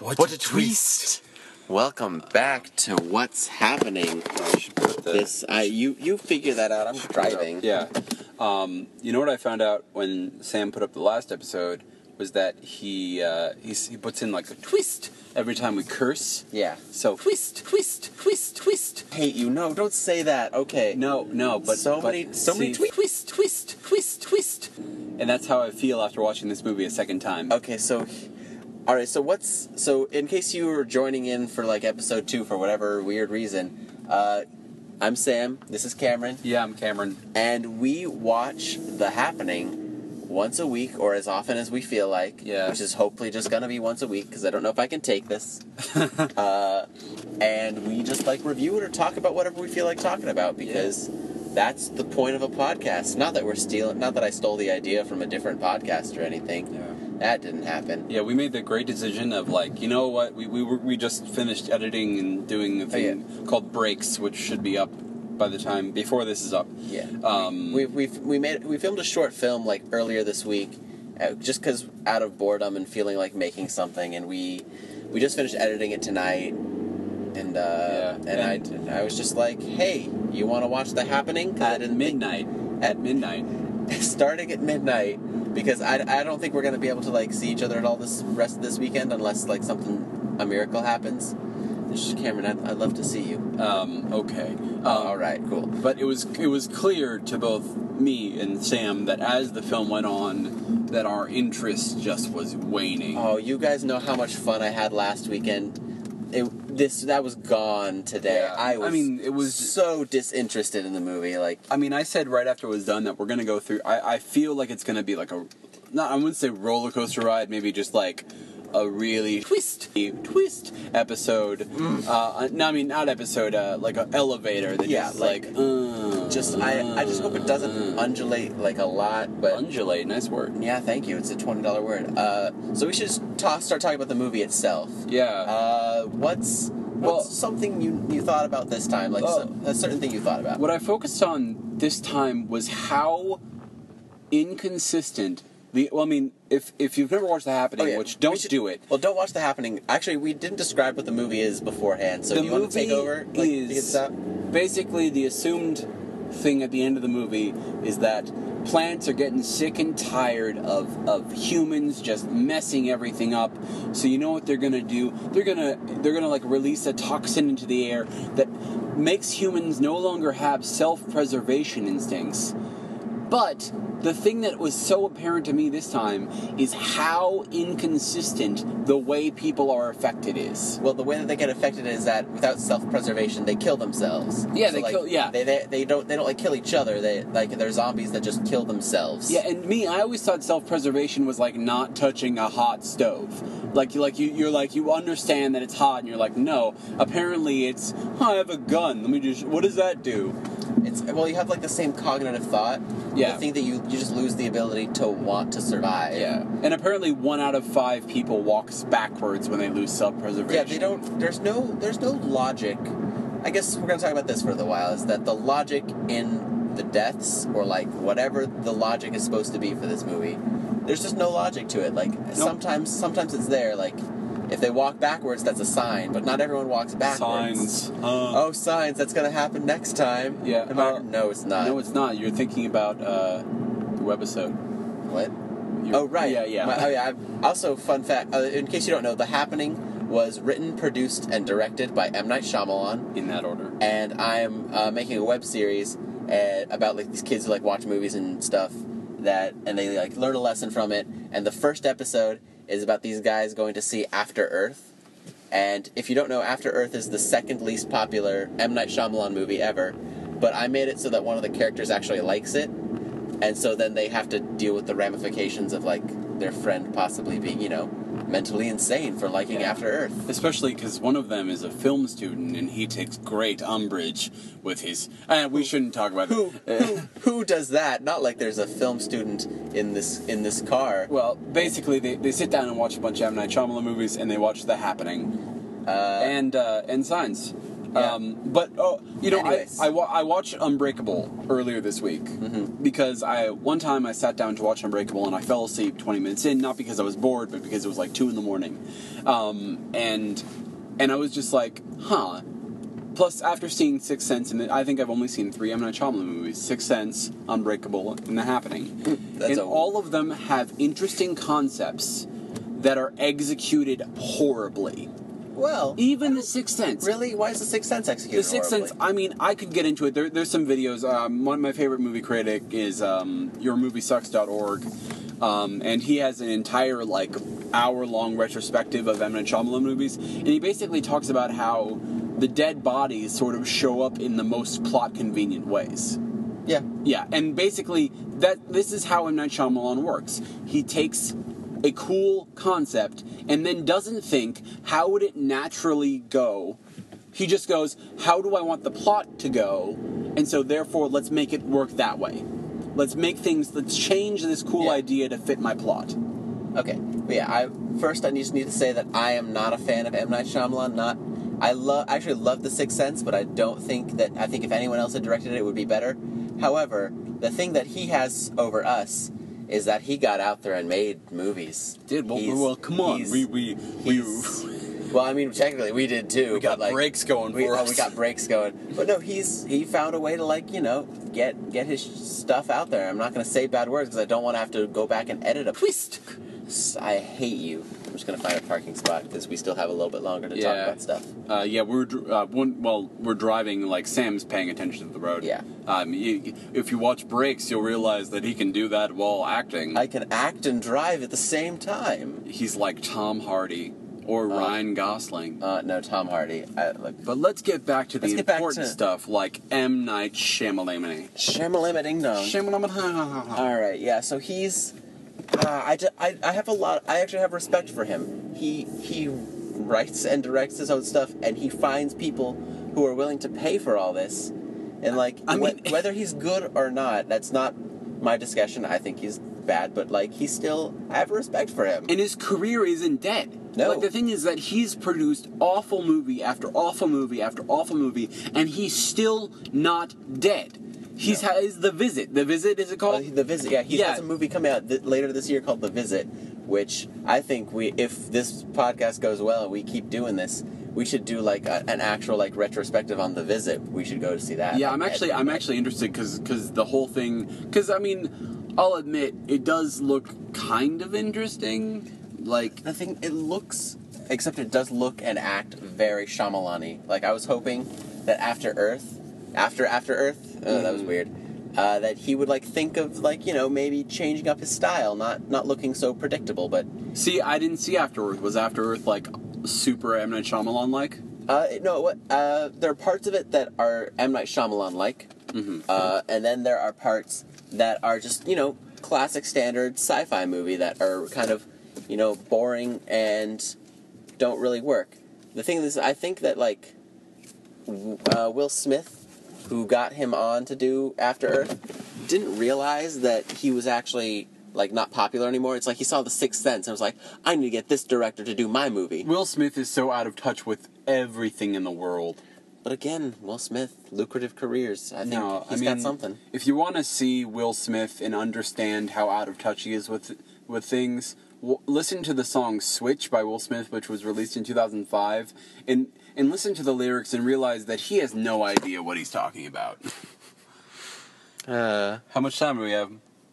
What, What a twist! Welcome back to what's happening. You should put the- This I you you figure that out. I'm driving. Yeah. Um, you know what I found out when Sam put up the last episode was that he uh, he's, he puts in like a twist every time we curse. Yeah. So twist, twist, twist, twist. Hate you. No, don't say that. Okay. No, no, but So but, many- so many twi- twist, twist, twist, twist. And that's how I feel after watching this movie a second time. Okay, so all right, so what's so in case you were joining in for like episode 2 for whatever weird reason, uh I'm Sam, this is Cameron, Yeah, I'm Cameron. and we watch The Happening once a week or as often as we feel like, Yeah. which is hopefully just going to be once a week cuz I don't know if I can take this. uh and we just like review it or talk about whatever we feel like talking about because that's the point of a podcast. Not that we're stealing not that I stole the idea from a different podcast or anything. Yeah. That didn't happen. Yeah, we made the great decision of like, you know what? We we, were, we just finished editing and doing a Oh, thing called breaks, which should be up by the time before this is up. Yeah. Um, we we we made we filmed a short film like earlier this week, uh, just because out of boredom and feeling like making something, and we we just finished editing it tonight, and uh, Yeah, and, I I was just like, hey, you want to watch the happening? 'Cause I at didn't midnight. At midnight. think, starting at midnight because I, I don't think we're gonna be able to like see each other at all this rest of this weekend unless like something a miracle happens. This is Cameron. I'd, I'd love to see you. Um, okay. Um, all right, cool. But it was it was clear to both me and Sam that as the film went on, that our interest just was waning. Oh, you guys know how much fun I had last weekend. It, this that was gone today. Yeah. I was. I mean, it was- so disinterested in the movie. Like, I mean, I said right after it was done that we're gonna go through. I, I feel like it's gonna be like a, not I wouldn't say roller coaster ride, maybe just like a really twist twist episode. Mm. Uh, no, I mean not episode, uh, like an elevator. That Yeah, just, like- like, uh, just I, I just hope it Mm. doesn't undulate like a lot. But uh, undulate. Nice word. yeah, thank you. It's a twenty dollar word. Uh, so we should just ta- start talking about the movie itself. Yeah. Uh, what's what's Well- something you you thought about this time? Like Oh. some- a certain thing you thought about. What I focused on this time was how inconsistent the. Well, I mean, if if you've never watched The Happening, Oh, yeah. which don't We should- do it. Well, don't watch the happening. Actually, we didn't describe what the movie is beforehand. So the do you movie want to take over? Like, to get is this out? basically the assumed thing at the end of the movie is that plants are getting sick and tired of, of humans just messing everything up so you know what they're gonna do they're gonna they're gonna like release a toxin into the air that makes humans no longer have self-preservation instincts but the thing that was so apparent to me this time is how inconsistent the way people are affected is Well, the way that they get affected is that without self-preservation, they kill themselves. Yeah, they like, kill- yeah. They, they they don't they don't like kill each other. They like they're zombies that just kill themselves. Yeah, and me, I always thought self-preservation was like not touching a hot stove. Like you, like you, you're like you understand that it's hot, and you're like, no. Apparently, it's "Oh, I have a gun. Let me just. What does that do? It's well, you have like the same cognitive thought. Yeah. The thing that you you just lose the ability to want to survive. And apparently, one out of five people walks backwards when they lose self-preservation. Yeah, they don't. There's no. There's no logic. I guess we're gonna talk about this for a little while. Is that the logic in the deaths or like whatever the logic is supposed to be for this movie? There's just no logic to it. Like sometimes, sometimes it's there. Like if they walk backwards, that's a sign. But not everyone walks backwards. signs. Oh, signs. That's gonna happen next time. Yeah, Am I- uh, no, it's not. no, it's not. You're thinking about uh, the webisode. what? You're- Oh right. Yeah, yeah. My- oh yeah. I've, also, fun fact. Uh, in case you don't know, the happening was written, produced, and directed by M. Night Shyamalan. In that order. and I'm uh, making a web series uh, about like these kids who like watch movies and stuff that, and they like learn a lesson from it. And the first episode is about these guys going to see After Earth. And if you don't know, After Earth is the second least popular M Night Shyamalan movie ever. But I made it so that one of the characters actually likes it, and so then they have to deal with the ramifications of like their friend possibly being, you know, mentally insane for liking Yeah. After Earth. Especially because one of them is a film student and he takes great umbrage with his. Uh, we shouldn't talk about Eh, who, it. who, who does that? Not like there's a film student in this in this car. well, basically, they, they sit down and watch a bunch of M. Night Shyamalan movies and they watch The Happening Uh, and uh, and Signs. Yeah. Um, but oh, you know, I, Anyways. I, wa- I watched Unbreakable earlier this week Mm-hmm. because I one time I sat down to watch Unbreakable and I fell asleep 20 minutes in, not because I was bored, but because it was like two in the morning, um, and and I was just like, huh. Plus, after seeing Sixth Sense, and I think I've only seen three M Night Shyamalan movies: Sixth Sense, Unbreakable, and The Happening. Hmm, That's and a- all of them have interesting concepts that are executed horribly. Well, e, Even The Sixth Sense. really, why is the Sixth Sense executed? The Sixth horribly? Sense. I mean, I could get into it. There, there's some videos. Um, one of my favorite movie critic is um, YourMovieSucks.org, um, and he has an entire like hour-long retrospective of M. Night Shyamalan movies, and he basically talks about how the dead bodies sort of show up in the most plot-convenient ways. Yeah. Yeah, and basically that this is how M Night Shyamalan works. He takes a cool concept and then doesn't think how would it naturally go. He just goes, how do I want the plot to go? And so therefore, let's make it work that way. Let's make things. Let's change this cool Yeah. idea to fit my plot. Okay. But yeah. I first I just need to say that I am not a fan of M Night Shyamalan. Not. I love. I actually love The Sixth Sense, but I don't think that. I think if anyone else had directed it, it would be better. However, the thing that he has over us is that he got out there and made movies. He's- he's- we he's- well, I mean, technically we did too. We got but, like, breaks going we, for oh, us. we got breaks going, but no, he's he found a way to like you know get get his stuff out there. I'm not gonna say bad words because I don't want to have to go back and edit a twist. I hate you. I'm just gonna find a parking spot because we still have a little bit longer to talk Yeah. about stuff. Uh, yeah, we're dr- uh, one, well, we're driving. Like Sam's paying attention to the road. Yeah. Um, you, if you watch breaks, you'll realize that he can do that while acting. I can act and drive at the same time. He's like Tom Hardy or Ryan Gosling. Uh, no, Tom Hardy. I, like but let's get back to the Let's get back important to- stuff, like M. Night Shyamalan. Shamalim ding dong. Shyamalan. Uh, All right, yeah. So he's, uh, I, ju- I, I have a lot. I actually have respect for him. He he writes and directs his own stuff, and he finds people who are willing to pay for all this. And like, I whe- mean- whether he's good or not, that's not my discussion. I think he's bad, but like, he still, I have respect for him. And his career isn't dead. No. Like the thing is that he's produced awful movie after awful movie after awful movie, and he's still not dead. He's No. has the visit. The visit is it called? Uh, the visit. Yeah, he Yeah. has a movie coming out th- later this year called The Visit, which I think we, if this podcast goes well and we keep doing this, we should do like a, an actual like retrospective on The Visit. We should go to see that. Yeah, like, I'm at- actually I'm actually interested because the whole thing because I mean I'll admit it does look kind of interesting. Like the thing. It looks, except it does look and act very Shyamalani. Like I was hoping that after Earth, after After Earth, oh, that was Mm-hmm. weird. Uh, that he would like think of like you know maybe changing up his style, not not looking so predictable, but see I didn't see After Earth was After Earth like super M Night Shyamalan like. Uh, no, what? Uh, there are parts of it that are M Night Shyamalan like, uh, and then there are parts that are just you know classic standard sci-fi movie that are kind of you know boring and don't really work. The thing is, I think that like w- uh, Will Smith, who got him on to do After Earth, didn't realize that he was actually like not popular anymore. It's like he saw The Sixth Sense and was like, I need to get this director to do my movie. Will Smith is so out of touch with everything in the world. But again, Will Smith, lucrative careers. I think No, he's I mean, got something. If you want to see Will Smith and understand how out of touch he is with with things, w- listen to the song "Switch" by Will Smith, which was released in 2005, and and listen to the lyrics and realize that he has no idea what he's talking about. Uh, how much time do we have?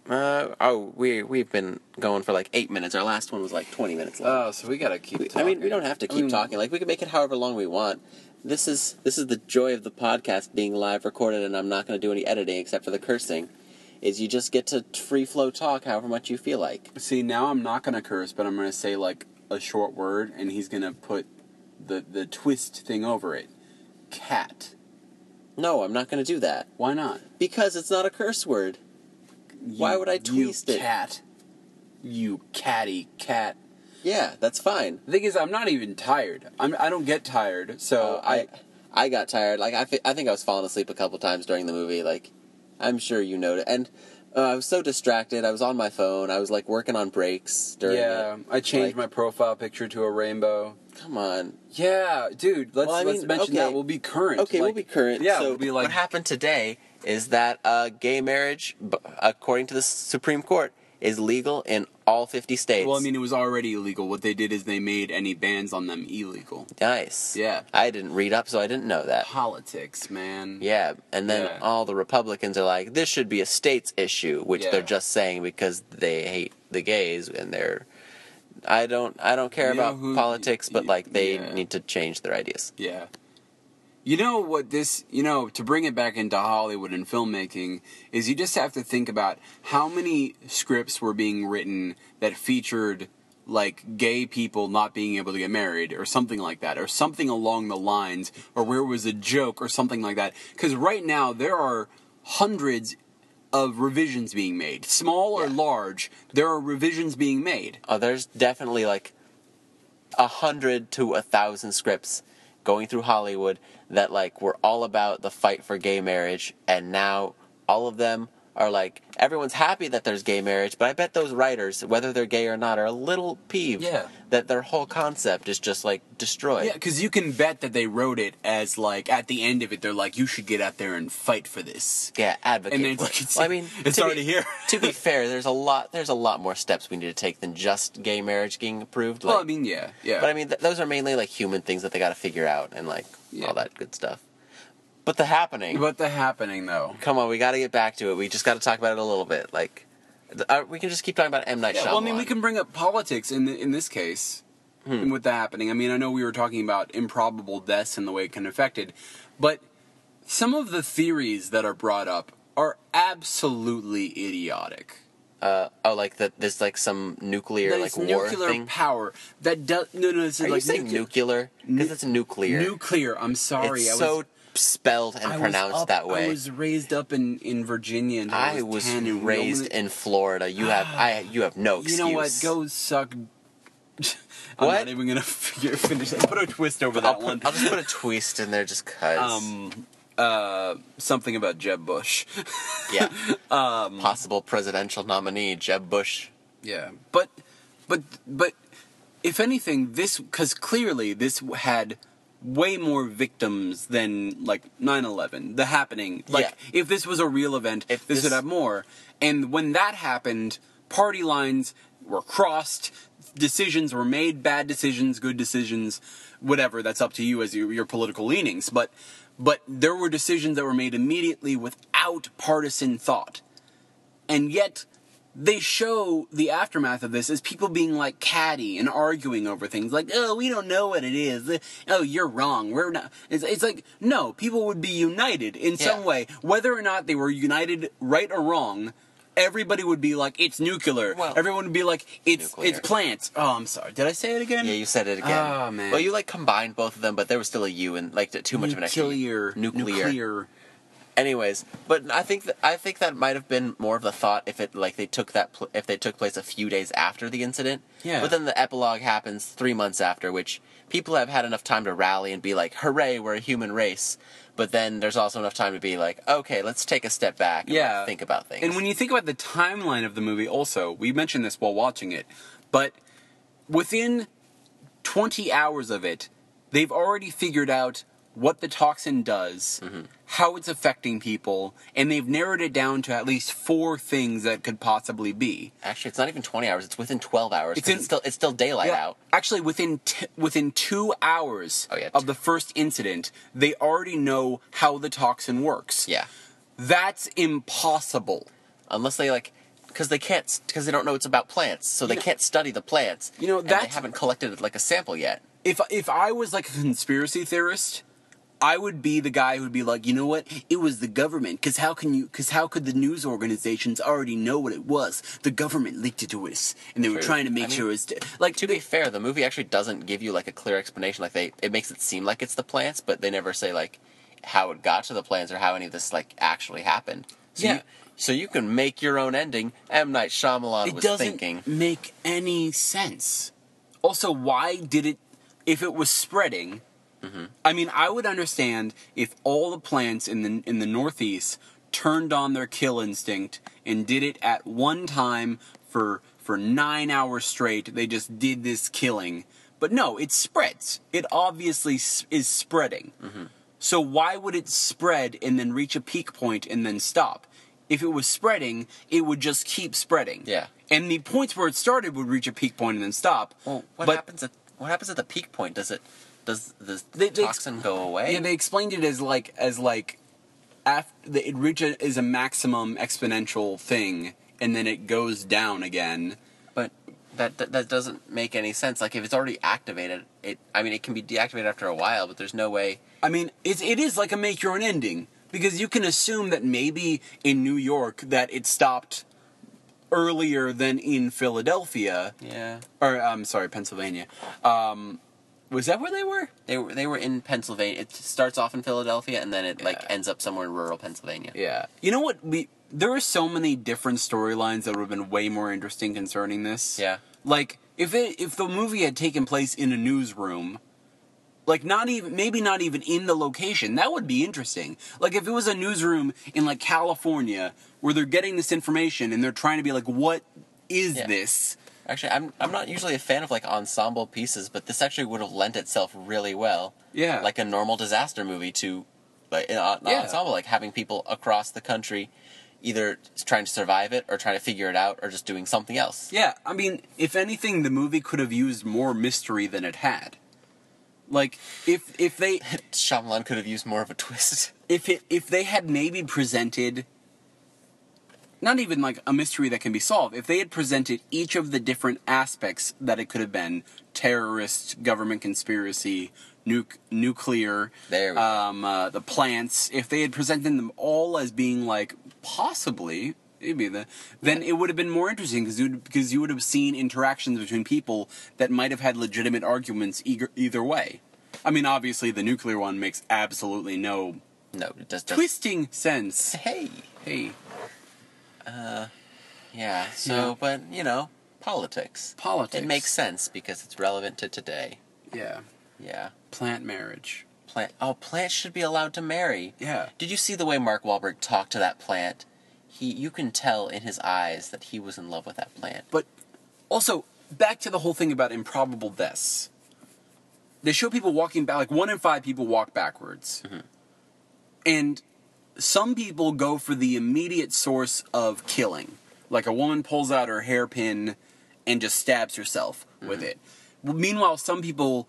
uh, oh, we we've been going for like eight minutes. Our last one was like twenty minutes. long. Oh, so we gotta keep. Uh, I mean, we don't have to I keep mean- talking. Like we can make it however long we want. This is this is the joy of the podcast being live recorded, and I'm not going to do any editing except for the cursing. Is you just get to free flow talk however much you feel like. See, now I'm not gonna curse, but I'm gonna say like a short word, and he's gonna put the the twist thing over it. Cat. No, I'm not going to do that Why not? because it's not a curse word. Why would I twist you it? Cat. You catty cat. Yeah, that's fine. The thing is, I'm not even tired. I'm, I don't get tired, so Uh, I. I I got tired. Like I, thi- I think I was falling asleep a couple times during the movie. Like I'm sure you know it. And Uh, I was so distracted. I was on my phone. I was like working on breaks during yeah, it. I changed Like- my profile picture to a rainbow. Come on. Yeah, dude. Let's Well, I let's mean, mention that. okay. We'll be current. Okay, we'll Like, be current. Yeah, so we'll be like what happened today is that uh, gay marriage, b- according to the Supreme Court, is legal in all 50 states. Well, I mean, it was already illegal. What they did is they made any bans on them illegal. nice. Yeah. I didn't read up, so I didn't know that. Politics, man. Yeah, and then Mm-hmm. Yeah. all the Republicans are like, this should be a states issue, which Yeah. they're just saying because they hate the gays and they're. I don't. I don't care You know about who- politics, but y- like they yeah. need to change their ideas. Yeah. You know what this, you know, to bring it back into Hollywood and filmmaking is you just have to think about how many scripts were being written that featured like gay people not being able to get married or something like that or something along the lines or where it was a joke or something like that cuz right now there are hundreds of revisions being made small or Yeah. large there are revisions being made Oh, there's definitely like a hundred to a thousand scripts going through Hollywood that like were all about the fight for gay marriage, and now all of them are like everyone's happy that there's gay marriage, but I bet those writers, whether they're gay or not, are a little peeved Yeah. that their whole concept is just like destroyed. Yeah, because you can bet that they wrote it as like at the end of it, they're like, "You should get out there and fight for this." Yeah, advocate. And then it's for like, it. it's, Well, I mean, it's to be- already here. to be fair, there's a lot. There's a lot more steps we need to take than just gay marriage getting approved. well, I like- mean, yeah, yeah. But I mean, th- those are mainly like human things that they got to figure out and like Yeah. all that good stuff. But the happening. but the happening though. come on, we got to get back to it. We just got to talk about it a little bit. Like, th- uh, we can just keep talking about M Night Shyamalan. Yeah, well, I mean, we can bring up politics in in this case Hmm. and with the happening. I mean, I know we were talking about improbable deaths and the way it can affect it, but some of the theories that are brought up are absolutely idiotic. Uh, oh, like that. There's like some nuclear That like it's war nuclear thing. power that does no no. This is are like you saying nuclear? Because Nu- it's nuclear. Nuclear. I'm sorry. it's I was, so spelled and I was pronounced up- that I way. was raised up in, in Virginia. Until I I was, was 10 and we raised only- in Florida. You have I you have no You excuse. know what? Go suck. I'm What? not even gonna figure, finish. that. Put a twist over that I'll, one. put, I'll just put a twist in there just cause. Um, uh, something about Jeb Bush. yeah. Um, Possible presidential nominee Jeb Bush. yeah, but, but, but, if anything, this because clearly this had way more victims than like 9-11 the happening like Yeah. if this was a real event If this would this- have more and when that happened party lines were crossed decisions were made bad decisions good decisions whatever that's up to you as your, your political leanings but but there were decisions that were made immediately without partisan thought and yet they show the aftermath of this as people being like catty and arguing over things like oh we don't know what it is Eh, oh you're wrong we're not it's, it's like no people would be united in some Yeah. way whether or not they were united right or wrong everybody would be like it's nuclear Well- everyone would be like it's Nuclear. it's plants oh i'm sorry did i say it again Yeah, you said it again. Ah, man. Well, you like combined both of them, but there was still a U and like too much of an extra nuclear nuclear. nuclear Anyways, but I think that I think that might have been more of the thought if it like they took that pl- if they took place a few days after the incident. Yeah. But then the epilogue happens three months after, which people have had enough time to rally and be like, "Hooray, we're a human race!" But then there's also enough time to be like, "Okay, let's take a step back and like, Yeah. think about things." And when you think about the timeline of the movie, also, we mentioned this while watching it, but within 20 hours of it, they've already figured out what the toxin does, Mm-hmm. how it's affecting people, and they've narrowed it down to at least four things that could possibly be. Actually, it's not even twenty hours; it's within twelve hours. 'cause It's It's, in- still it's still daylight Yeah. out. Actually, within t- within two hours Oh, yeah, of two. the first incident, they already know how the toxin works. Yeah. That's impossible. unless they like because they can't because they don't know it's about plants so they can't study the plants You know, and they that's- haven't collected like a sample yet if if I was like a conspiracy theorist, I would be the guy who'd be like, you know what? It was the government. Because how can you? Because how could the news organizations already know what it was? The government leaked it to us, and they were True. trying to make I mean, sure it's like to be fair the movie actually doesn't give you like a clear explanation like they it makes it seem like it's the plants but they never say like how it got to the plants or how any of this like actually happened so Yeah. you, so you can make your own ending m night Shyamalan it was doesn't thinking make any sense. Also, why did it? If it was spreading, Mm-hmm. I mean, I would understand if all the plants in the in the Northeast turned on their kill instinct and did it at one time for for 9 hours straight. They just did this killing. But no, it spreads. It obviously s- is spreading. Mm-hmm. So why would it spread and then reach a peak point and then stop? If it was spreading, it would just keep spreading. Yeah. And the points where it started would reach a peak point and then stop. Well, what but happens at what happens at the peak point? Does it does the They- they ex- toxin go away? Yeah, they explained it as like as like after the, it reaches is a maximum exponential thing, and then it goes down again. but that, that that doesn't make any sense. Like if it's already activated, it I mean it can be deactivated after a while, but there's no way. I mean, it it is like a make your own ending because you can assume that maybe in New York that it stopped earlier than in Philadelphia Yeah. or I'm sorry, Pennsylvania. Um, was that where they were? They were they were in Pennsylvania. It starts off in Philadelphia and then it like Yeah. ends up somewhere in rural Pennsylvania. Yeah. You know what? We there are so many different storylines that would have been way more interesting concerning this. Yeah. Like if it if the movie had taken place in a newsroom, like not even maybe not even in the location, that would be interesting. Like if it was a newsroom in like California where they're getting this information and they're trying to be like, what is Yeah. this? Actually, I'm I'm not usually a fan of like ensemble pieces, but this actually would have lent itself really well. Yeah. Like a normal disaster movie to like an, an Yeah. ensemble like having people across the country either trying to survive it or trying to figure it out or just doing something else. Yeah, I mean, if anything, the movie could have used more mystery than it had. Like if if they Shyamalan could have used more of a twist. if it if they had maybe presented not even like a mystery that can be solved if they had presented each of the different aspects that it could have been terrorist government conspiracy nu- nuclear There we go. um, uh, the plants if they had presented them all as being like possibly it'd be the then it would have been more interesting because you because you would have seen interactions between people that might have had legitimate arguments eager, either way i mean obviously the nuclear one makes absolutely no No, it does. does twisting sense. Hey. Hey, Yeah. So, Yeah. but you know, politics. politics. It makes sense because it's relevant to today. Yeah, Yeah. plant marriage. Plant. Oh, plants should be allowed to marry. Yeah. Did you see the way Mark Wahlberg talked to that plant? He, you can tell in his eyes that he was in love with that plant. But also back to the whole thing about improbable deaths. They show people walking back. Like one in five people walk backwards, Mm-hmm. and some people go for the immediate source of killing. Like a woman pulls out her hairpin and just stabs herself Mm-hmm. with it. Meanwhile, some people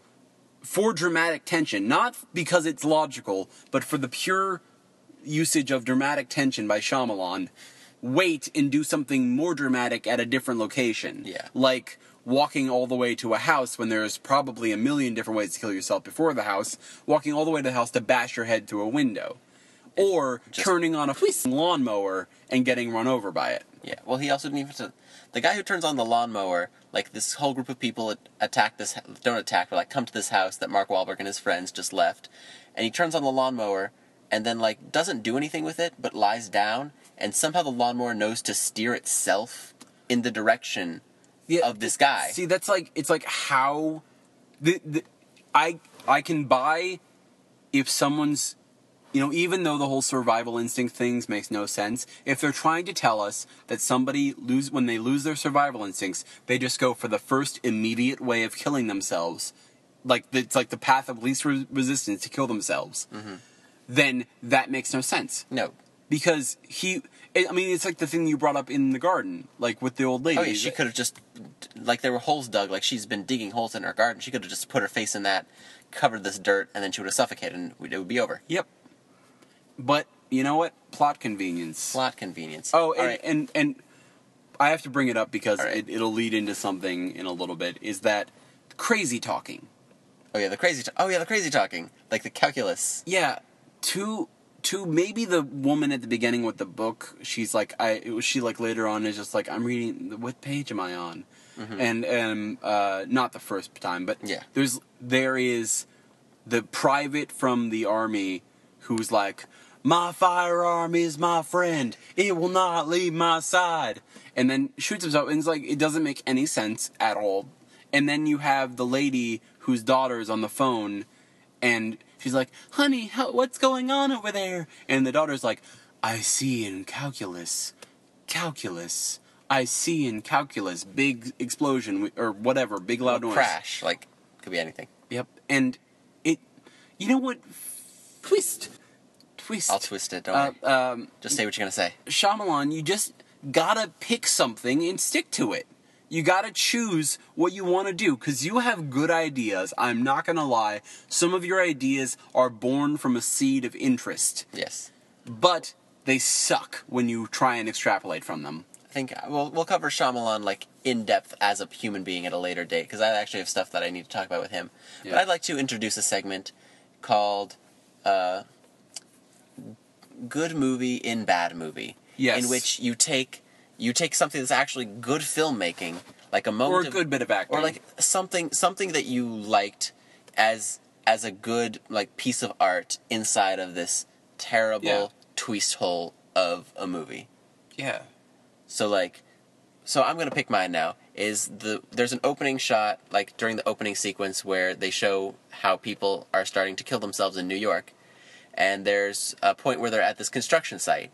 for dramatic tension, not because it's logical, but for the pure usage of dramatic tension by Shyamalan, wait and do something more dramatic at a different location. Yeah. Like walking all the way to a house when there's probably a million different ways to kill yourself before the house, walking all the way to the house to bash your head through a window. Or turning on a f***ing lawnmower and getting run over by it. Yeah. Well, he also didn't even. the guy who turns on the lawnmower, like this whole group of people at- attack this, don't attack, but like come to this house that Mark Wahlberg and his friends just left, and he turns on the lawnmower, and then like doesn't do anything with it, but lies down, and somehow the lawnmower knows to steer itself in the direction Yeah, of this guy. See, that's like it's like how the, the I I can buy if someone's you know even though the whole survival instinct things makes no sense if they're trying to tell us that somebody lose when they lose their survival instincts they just go for the first immediate way of killing themselves like it's like the path of least re- resistance to kill themselves Mm-hmm. then that makes no sense no. because he i mean it's like the thing you brought up in the garden like with the old lady Oh yeah, she could have just like there were holes dug, like she's been digging holes in her garden. She could have just put her face in that, covered this dirt, and then she would have suffocated, and it would be over. Yep. But you know what? Plot convenience. Plot convenience. Oh, and, All right. and and I have to bring it up because All right. it, it'll lead into something in a little bit. Is that crazy talking? Oh yeah, the crazy. T- oh yeah, the crazy talking, like the calculus. Yeah. To to maybe the woman at the beginning with the book, she's like, I it was she like later on is just like, I'm reading. What page am I on? And um uh not the first time, but Mm-hmm. Yeah. there's there is the private from the army who's like, My firearm is my friend. It will not leave my side. And then shoots himself. And it's like, it doesn't make any sense at all. And then you have the lady whose daughter is on the phone. And she's like, Honey, how, what's going on over there? And the daughter's like, I see in calculus, calculus. I see in calculus, big explosion or whatever, big loud Oh, noise. Crash, like could be anything. Yep. And it, you know what? Twist, twist. I'll twist it. Don't Uh, worry. um, Just say what you're gonna say. Shyamalan, you just gotta pick something and stick to it. You gotta choose what you wanna do, because you have good ideas. I'm not gonna lie. Some of your ideas are born from a seed of interest, Yes. but they suck when you try and extrapolate from them. I think uh, we'll we'll cover Shyamalan like in depth as a human being at a later date because I actually have stuff that I need to talk about with him. But Yeah. I'd like to introduce a segment called uh, "Good Movie in Bad Movie," Yes. in which you take you take something that's actually good filmmaking, like a moment Or a of- good bit of acting. or like something something that you liked as as a good like piece of art inside of this terrible Yeah. twist hole of a movie. yeah. So like, so I'm gonna pick mine now. Is the there's an opening shot like during the opening sequence where they show how people are starting to kill themselves in New York, and there's a point where they're at this construction site,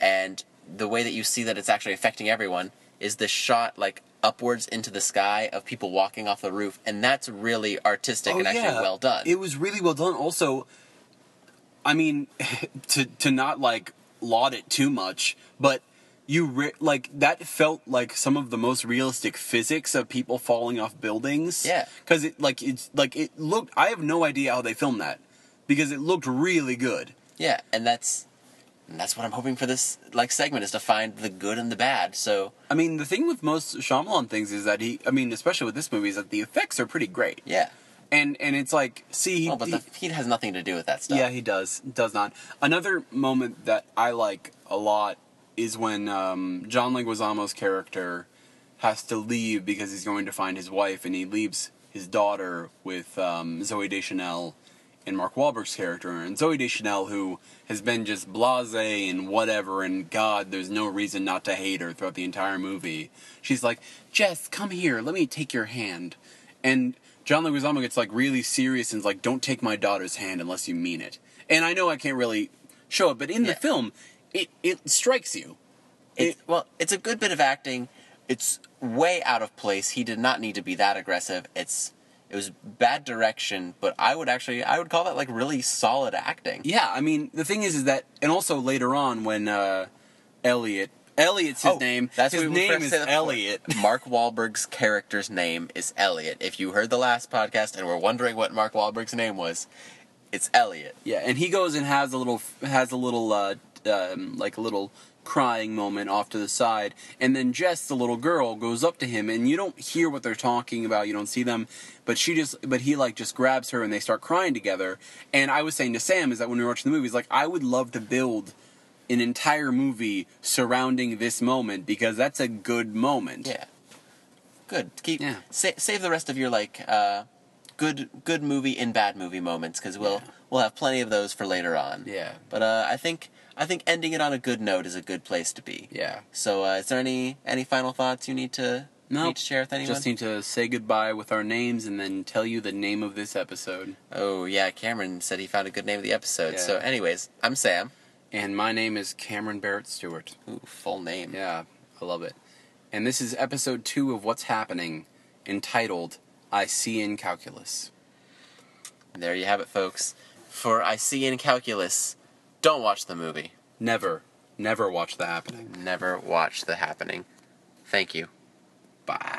and the way that you see that it's actually affecting everyone is this shot like upwards into the sky of people walking off the roof, and that's really artistic and actually well done. Oh, It was really well done. Also, I mean, to to not like laud it too much, but you re- like that felt like some of the most realistic physics of people falling off buildings. Yeah. because it like it's like it looked. I have no idea how they filmed that because it looked really good. Yeah, and that's and that's what I'm hoping for this like segment is to find the good and the bad. So I mean, the thing with most Shyamalan things is that he. I mean, especially with this movie, is that the effects are pretty great. yeah. And and it's like, see, he, Oh, but he- the heat has nothing to do with that stuff. Yeah, he does. Does not. Another moment that I like a lot is when um, John Leguizamo's character has to leave because he's going to find his wife, and he leaves his daughter with um, Zoe Deschanel and Mark Wahlberg's character, and Zoe Deschanel, who has been just blasé and whatever, and God, there's no reason not to hate her throughout the entire movie. She's like, Jess, come here, let me take your hand, and John Leguizamo gets like really serious and's like, "Don't take my daughter's hand unless you mean it." And I know I can't really show it, but in the Yeah. film, it it strikes you. It's, well, it's a good bit of acting. It's way out of place. He did not need to be that aggressive. It's it was bad direction, but I would actually I would call that like really solid acting. Yeah, I mean the thing is, is that, and also later on when uh, Elliot, Elliot's his Oh, name. what his we name first is said before. Elliot. Mark Wahlberg's character's name is Elliot. If you heard the last podcast and were wondering what Mark Wahlberg's name was, it's Elliot. Yeah, and he goes and has a little has a little uh, um, like a little crying moment off to the side, and then Jess, the little girl, goes up to him, and you don't hear what they're talking about, you don't see them, but she just but he like just grabs her and they start crying together. And I was saying to Sam is that when we were watching the movies, like I would love to build an entire movie surrounding this moment because that's a good moment. Yeah. Good. Keep Yeah. sa- save the rest of your like uh, good good movie and bad movie moments because we'll Yeah. we'll have plenty of those for later on. Yeah. But uh, I think I think ending it on a good note is a good place to be. Yeah. So uh, is there any any final thoughts you need to No. need to share with anyone? Just need to say goodbye with our names and then tell you the name of this episode. oh yeah, Cameron said he found a good name of the episode. So Yeah. anyways, I'm Sam. And my name is Cameron Barrett Stewart. Ooh, full name. Yeah, I love it. And this is episode two of What's Happening, entitled I See in Calculus. There you have it, folks. For I see in calculus, don't watch the movie. Never, never watch The Happening. Never watch the happening. Thank you. Bye.